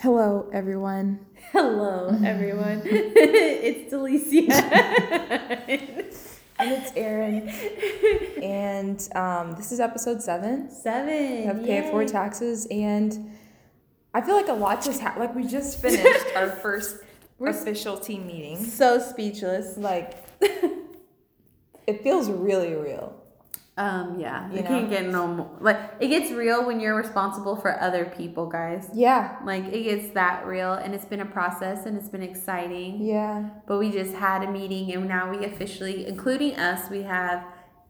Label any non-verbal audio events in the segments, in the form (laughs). Hello, everyone. Hello, everyone. (laughs) it's Delicia. And it's Erin. and um, this is episode seven Seven. of Pay It Forward yay. Taxes. And I feel like a lot just happened. Like, we just finished our first (laughs) We're s- official team meeting. So speechless. Like, it feels really real. Um, yeah, You you know? can't get no more. Like it gets real when you're responsible for other people, guys. Yeah. Like it gets that real, and it's been a process, and it's been exciting. Yeah. But we just had a meeting, and now we officially, including us, we have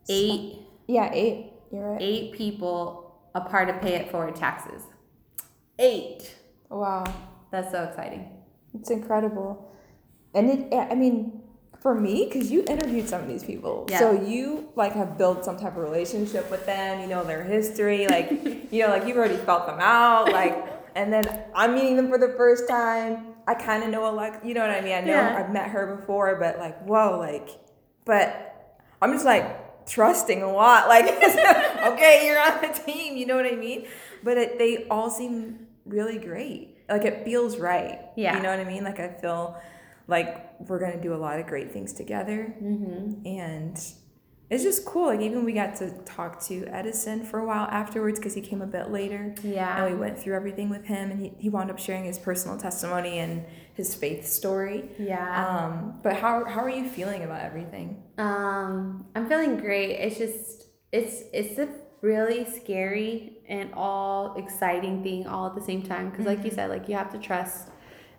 eight Yeah, eight. You're right. eight people a part of Pay It Forward taxes. Eight. Wow. That's so exciting. It's incredible. And it, I I mean, for me, because you interviewed some of these people, Yeah. so you like have built some type of relationship with them. You know their history, (laughs) like you know, like you've already felt them out, like. And then I'm meeting them for the first time. I kind of know a lot. You know what I mean? I know Yeah. I've met her before, but like, whoa, like, but I'm just like trusting a lot. Like, (laughs) okay, you're on the team. You know what I mean? But it, they all seem really great. Like it feels right. Yeah. You know what I mean? Like I feel like we're gonna do a lot of great things together, mm-hmm. and it's just cool. Like even we got to talk to Edison for a while afterwards because he came a bit later. Yeah. And we went through everything with him, and he, he wound up sharing his personal testimony and his faith story. Yeah. Um, but how how are you feeling about everything? Um, I'm feeling great. It's just it's it's a really scary and all exciting thing all at the same time because like you said like you have to trust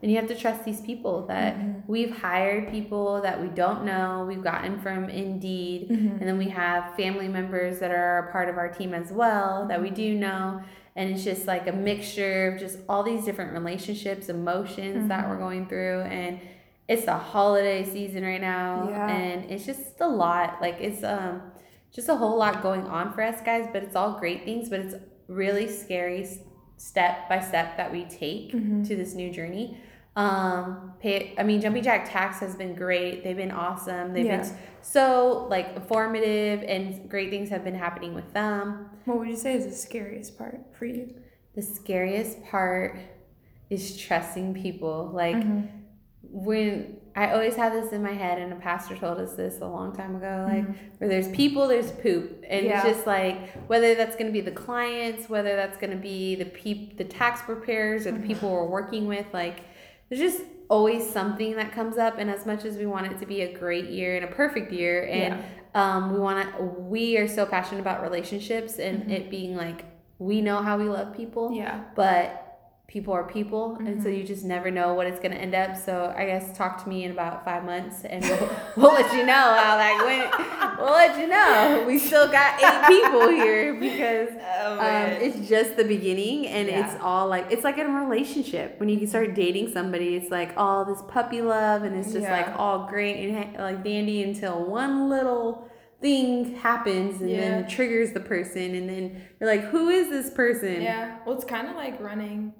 and you have to trust these people that Mm-hmm. we've hired people that we don't know we've gotten from indeed Mm-hmm. and then we have family members that are a part of our team as well that we do know and it's just like a mixture of just all these different relationships emotions that we're going through and it's the holiday season right now Yeah. and it's just a lot like it's um just a whole lot going on for us guys but it's all great things but it's really scary s- step by step that we Mm-hmm. take to this new journey um pay i mean jumpy jack tax has been great they've been awesome they've Yeah. been so like informative and great things have been happening with them What would you say is the scariest part for you? the scariest part is trusting people like when i always have this in my head and a pastor told us this a long time ago like where there's people there's poop and Yeah. it's just like whether that's going to be the clients whether that's going to be the peop the tax preparers or the people we're working with like there's just always something that comes up and as much as we want it to be a great year and a perfect year and um, we want to we are so passionate about relationships and it being like we know how we love people Yeah. but people are people and Mm-hmm. so you just never know what it's going to end up so i guess talk to me in about five months and we'll, (laughs) we'll let you know how that went we'll let you know we still got eight people here because (laughs) Oh, um, man. it's just the beginning and Yeah. it's all like it's like in a relationship when you can start dating somebody it's like all this puppy love and it's just Yeah. like all great and ha- like dandy until one little thing happens and then Yeah. it triggers the person and then you're like who is this person Yeah. Well, it's kind of like running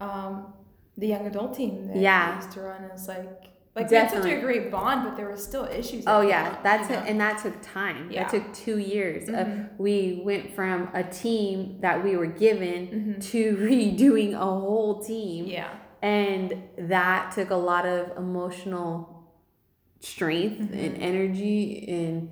um, the young adult team that Yeah. I used to run. It's like, like we Definitely. had such a great bond, but there were still issues. that Oh came yeah, up, that's you it, know? and that took time. Yeah. Mm-hmm. That took two years. Of, we went from a team that we were given to (laughs) redoing a whole team, Mm-hmm. Yeah. and that took a lot of emotional strength Mm-hmm. and energy, and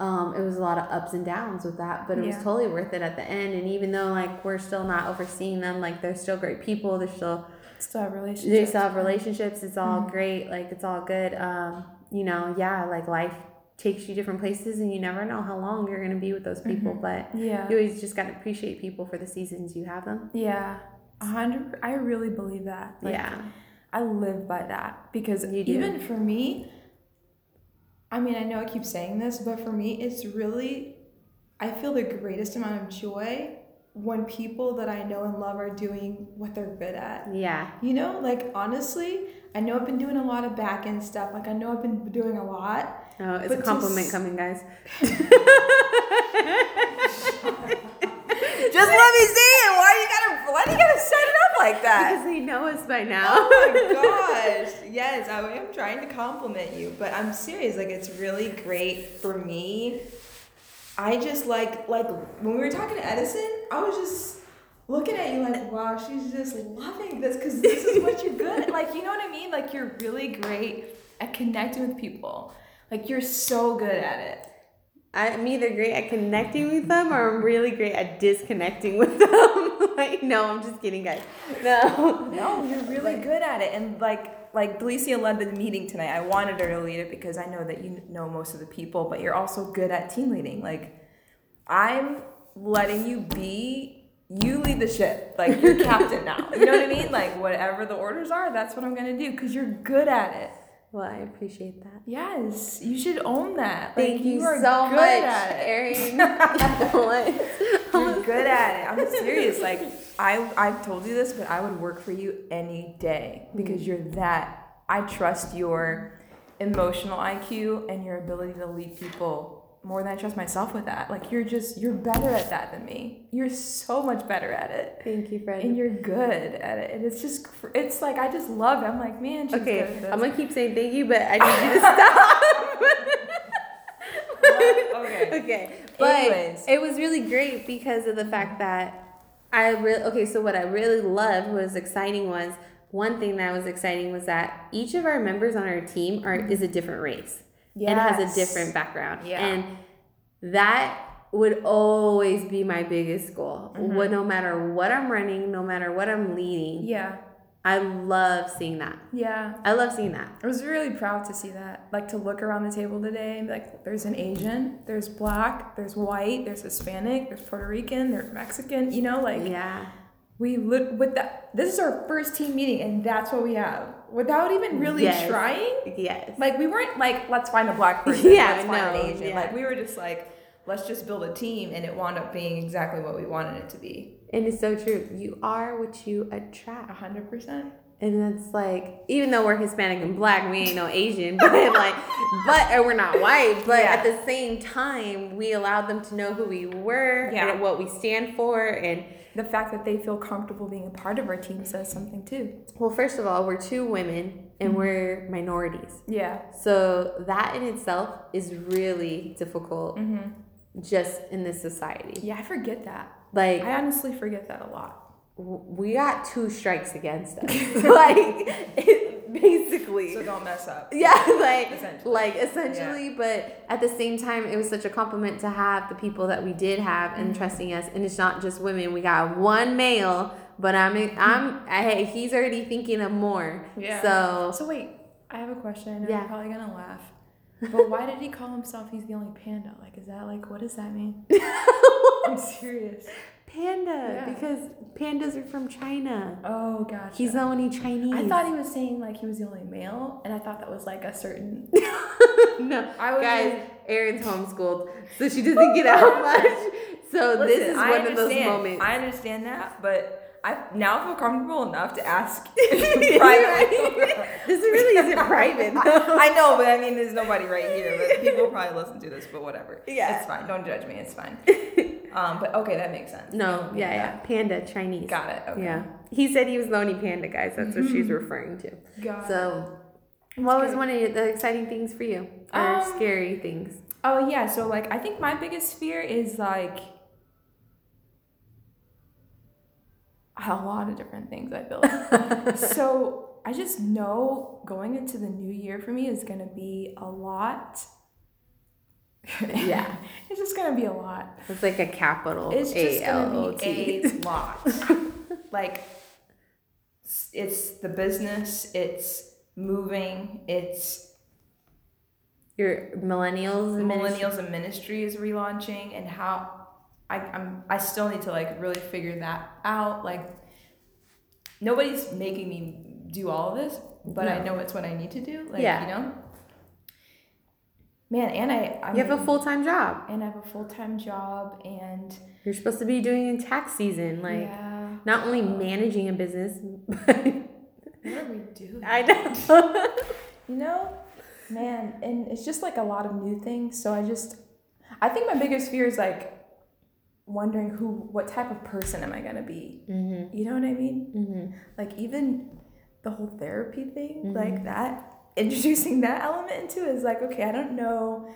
um, it was a lot of ups and downs with that. But it was Yeah. totally worth it at the end. And even though like we're still not overseeing them, like they're still great people. They're still Still have relationships. they still have relationships it's all Mm-hmm. great like it's all good um you know yeah like life takes you different places and you never know how long you're going to be with those people Mm-hmm. but Yeah. you always just got to appreciate people for the seasons you have them Yeah. A hundred. I really believe that. Like, yeah I live by that because You do. even for me, I mean, I know I keep saying this, but for me, it's really, I feel the greatest amount of joy when people that I know and love are doing what they're good at. yeah You know, like honestly, I know I've been doing a lot of back end stuff. Like I know I've been doing a lot. oh it's But a to compliment s- coming guys Just let me see it. Why you gotta? Why do you gotta set it up like that? because they know us by now Oh (laughs) Gosh. yes, I am trying to compliment you, but I'm serious. Like it's really great for me. I just like like when we were talking to Edison, I was just looking at you like, wow, she's just loving this because this is what you're good at. Like, you know what I mean? Like, you're really great at connecting with people. Like, you're so good at it. I'm either great at connecting with them or I'm really great at disconnecting with them. (laughs) like, no, I'm just kidding, guys. (laughs) No. No, you're really good at it. And like like Delicia led the meeting tonight. I wanted her to lead it because I know that you know most of the people, but you're also good at team leading. Like I'm letting you be you lead the ship. Like (laughs) you're captain now. You know what I mean? Like whatever the orders are, that's what I'm gonna do because you're good at it. Well, I appreciate that. Yes, you should own that. Like, Thank you, are so good much, at it. (laughs) Erin. (laughs) (laughs) What? You're good at it. I'm serious. Like I I've told you this, but I would work for you any day because you're that. I trust your emotional IQ and your ability to lead people more than I trust myself with that. Like you're just you're better at that than me. You're so much better at it. Thank you, friend. And you're good at it. And it's just cr- it's like I just love it. I'm like, man, she's good at Okay, this. (laughs) I'm gonna keep saying thank you, but I need you to stop. (laughs) okay. (laughs) okay, but Anyways. it was really great because of the fact that I really okay. So what I really loved was exciting was one thing that was exciting was that each of our members on our team are is a different race and has Mm-hmm. Yes. a different background. Yeah. And that would always be my biggest goal. Mm-hmm. What, no matter what I'm running, no matter what I'm leading, Yeah. I love seeing that. Yeah. I love seeing that. I was really proud to see that. like to look around the table today and be like there's an asian there's black there's white there's hispanic there's puerto rican there's mexican you know like Yeah. we lit with that this is our first team meeting and that's what we have without even really Yes. trying (laughs) Yes. like we weren't like let's find a black person (laughs) Yeah, let's find no, an asian yeah. like we were just like let's just build a team and it wound up being exactly what we wanted it to be And it's so true. You are what you attract. 100% And that's like, even though we're Hispanic and black, we ain't no Asian, (laughs) but like, but, or we're not white, but Yeah. at the same time, we allowed them to know who we were Yeah. and what we stand for. And the fact that they feel comfortable being a part of our team says something too well, first of all, we're two women and Mm-hmm. we're minorities. yeah So that in itself is really difficult Mm-hmm. just in this society. yeah i forget that Like, i honestly forget that a lot w- we got two strikes against us. (laughs) (laughs) like, it, basically. So don't mess up. (laughs) yeah, like Essentially. like essentially, but at the same time, it was such a compliment to have the people that we did have and trusting us. And it's not just women; we got one male, but I'm I'm I, hey, he's already thinking of more. Yeah. So So wait, I have a question. I know Yeah. you're probably gonna (laughs) laugh, but why did he call himself? He's the only panda. Like, is that like what does that (laughs) mean? I'm serious. panda, Yeah. because pandas are from China. Oh gosh. He's the only Chinese. I thought he was saying like he was the only male, and I thought that was like a certain. (laughs) no, I was (laughs) guys. Erin's homeschooled, so she doesn't get out much. So this is I one of those understand- moments. I understand that, but I now feel comfortable enough (laughs) to (laughs) ask private. this really isn't private. I know, but I mean, there's nobody right here. But people probably listen to this, but whatever. Yeah. it's fine. Don't judge me. It's (laughs) fine. Um, but okay, that makes sense. (laughs) No, yeah, yeah. Panda, Chinese. Got it. Okay. Yeah. Um, He said he was the only panda, guys. That's what she's referring to. God. So, what was one of the exciting things for you? Or Um, scary things? Oh yeah. So like, I think my biggest fear is like a lot of different things I built. (laughs) so I just know going into the new year for me is gonna be a lot. Yeah. (laughs) it's just gonna be a lot. It's like a capital It's just A L O gonna T. be a lot. like s- it's the business, it's moving, it's (laughs) Your millennials and millennials and ministry is relaunching and how I, I'm I still need to like really figure that out. Like nobody's making me do all of this, but I know it's what I need to do. Like Yeah. you know. Man, and I, I You have a full time job. and I have a full time job and You're supposed to be doing in tax season. Like, yeah. not only managing a business, (laughs) but What do we do? I know. You know, man, and it's just like a lot of new things. So I just, I think my biggest fear is like wondering who, what type of person am I gonna be? mm-hmm. You know what I mean? Mm-hmm. Like even the whole therapy (laughs) thing, like that, introducing that element into it is like, okay, I don't know.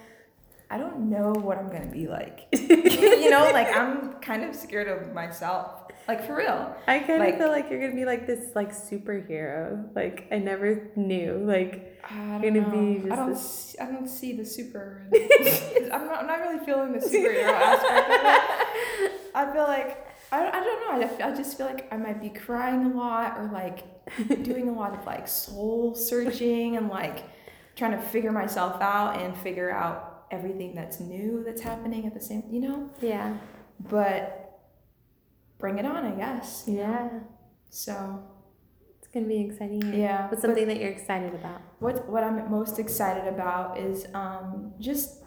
I don't know what I'm gonna be (laughs) like. you know, like I'm kind of scared of myself. Like for real. I kind of Like- feel like you're gonna be like this like superhero. Like I never knew. Like I Gonna don't be know. just I don't. this- See, I don't see the (laughs) super. I'm not. I'm not really feeling the superhero aspect. Of it. I feel like I. I don't know. I, f- I just feel like I might be crying a lot or like doing a lot of like soul searching and like trying to figure myself out and figure out everything that's new that's happening at the same. You know. yeah, But bring it on, I guess. You know. yeah. So It's gonna be an exciting. Year. yeah. What's but- something that you're excited about? What what I'm most excited about is um, just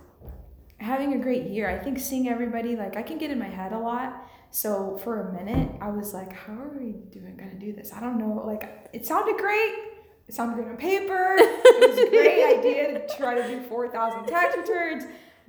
having a great year. I think seeing everybody like I can get in my head a lot. So for a minute, I was like, "How are we doing? Gonna do this? I don't know." Like it sounded great. It sounded great on paper. It was a great idea to try to do four thousand tax returns.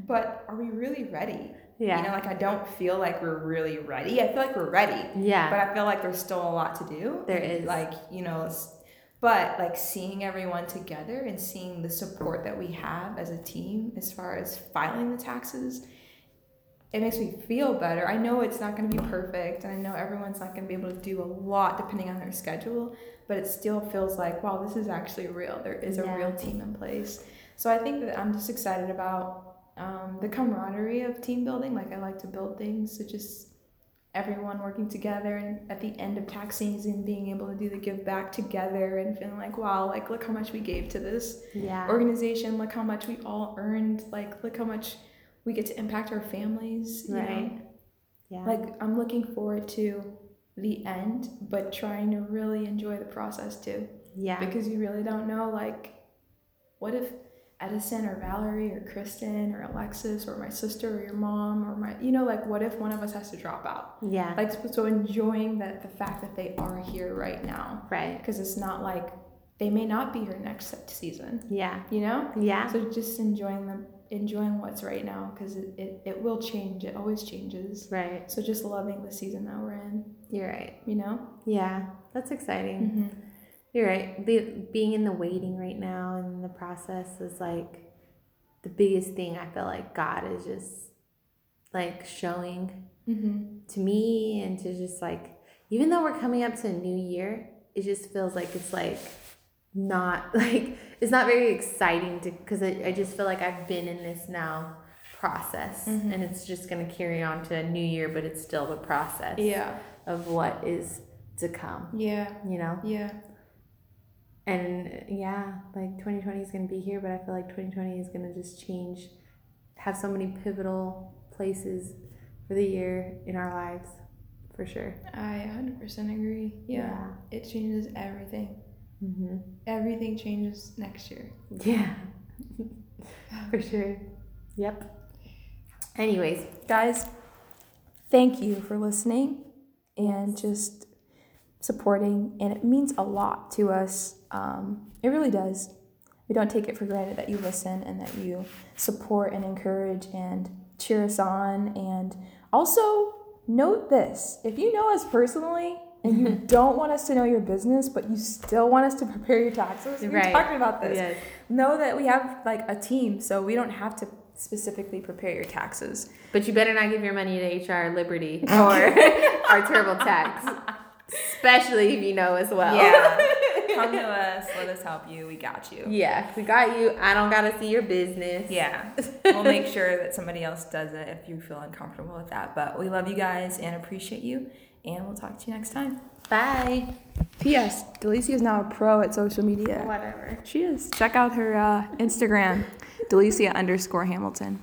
But are we really ready? Yeah. You know, like I don't feel like we're really ready. I feel like we're ready, yeah. but I feel like there's still a lot to do there is. like you know s- but like seeing everyone together and seeing the support that we have as a team as far as filing the taxes it makes me feel better i know it's not going to be perfect and i know everyone's not going to be able to do a lot depending on their schedule but it still feels like wow this is actually real there is a Yeah. real team in place so i think that i'm just excited about um, the camaraderie of team building like i like to build things so just everyone working together and at the end of tax season being able to do the give back together and feeling like wow like look how much we gave to this yeah. organization look how much we all earned like look how much we get to impact our families you know? Right. yeah. like i'm looking forward to the end but trying to really enjoy the process too yeah. because you really don't know like what if edison or valerie or kristen or alexis or my sister or your mom or my you know like what if one of us has to drop out Yeah. like so- so enjoying that the fact that they are here right now right. because it's not like they may not be here next se- season Yeah. you know Yeah. so just enjoying them enjoying what's right now because it, it, it will change it always changes Right. so just loving the season that we're in You're right. you know Mm-hmm. Yeah. That's exciting. You're right. The, being in the waiting right now and the process is like the biggest thing I feel like God is just like showing mm-hmm. to me and to just like, even though we're coming up to a new year, it just feels like it's like not (laughs) like it's not very exciting to because I, I just feel like I've been in this now process Mhm. and it's just going to carry on to a new year, but it's still the process yeah of what is to come, yeah you know? yeah And yeah, like 2020 is going to be here, but I feel like 2020 is going to just change, have so many pivotal places for the year in our lives, for sure. i 100% agree yeah, it changes everything Yeah. hmm everything changes next year (laughs) yeah. for sure. Yep. Anyways, guys thank you for listening and just supporting and it means a lot to us um, it really does we don't take it for granted that you listen and that you support and encourage and cheer us on and also note this if you know us personally and (laughs) you don't want us to know your business but you still want us to prepare your taxes we Right. are talking about this yes. know that we have like a team so we don't have to specifically prepare your taxes But you better not give your money to HR Liberty (laughs) or (laughs) our TurboTax, especially if you know as well. Yeah. (laughs) Come to us. Let us help you. We got you. Yeah, we got you. I don't gotta see your business. Yeah. We'll make sure that somebody else does it if you feel uncomfortable with that. But we love you guys and appreciate you. And we'll talk to you next time. Bye. P.S. Delisi is now a pro at social media. Whatever. She is. Check out her uh, Instagram, Delicia underscore Hamilton.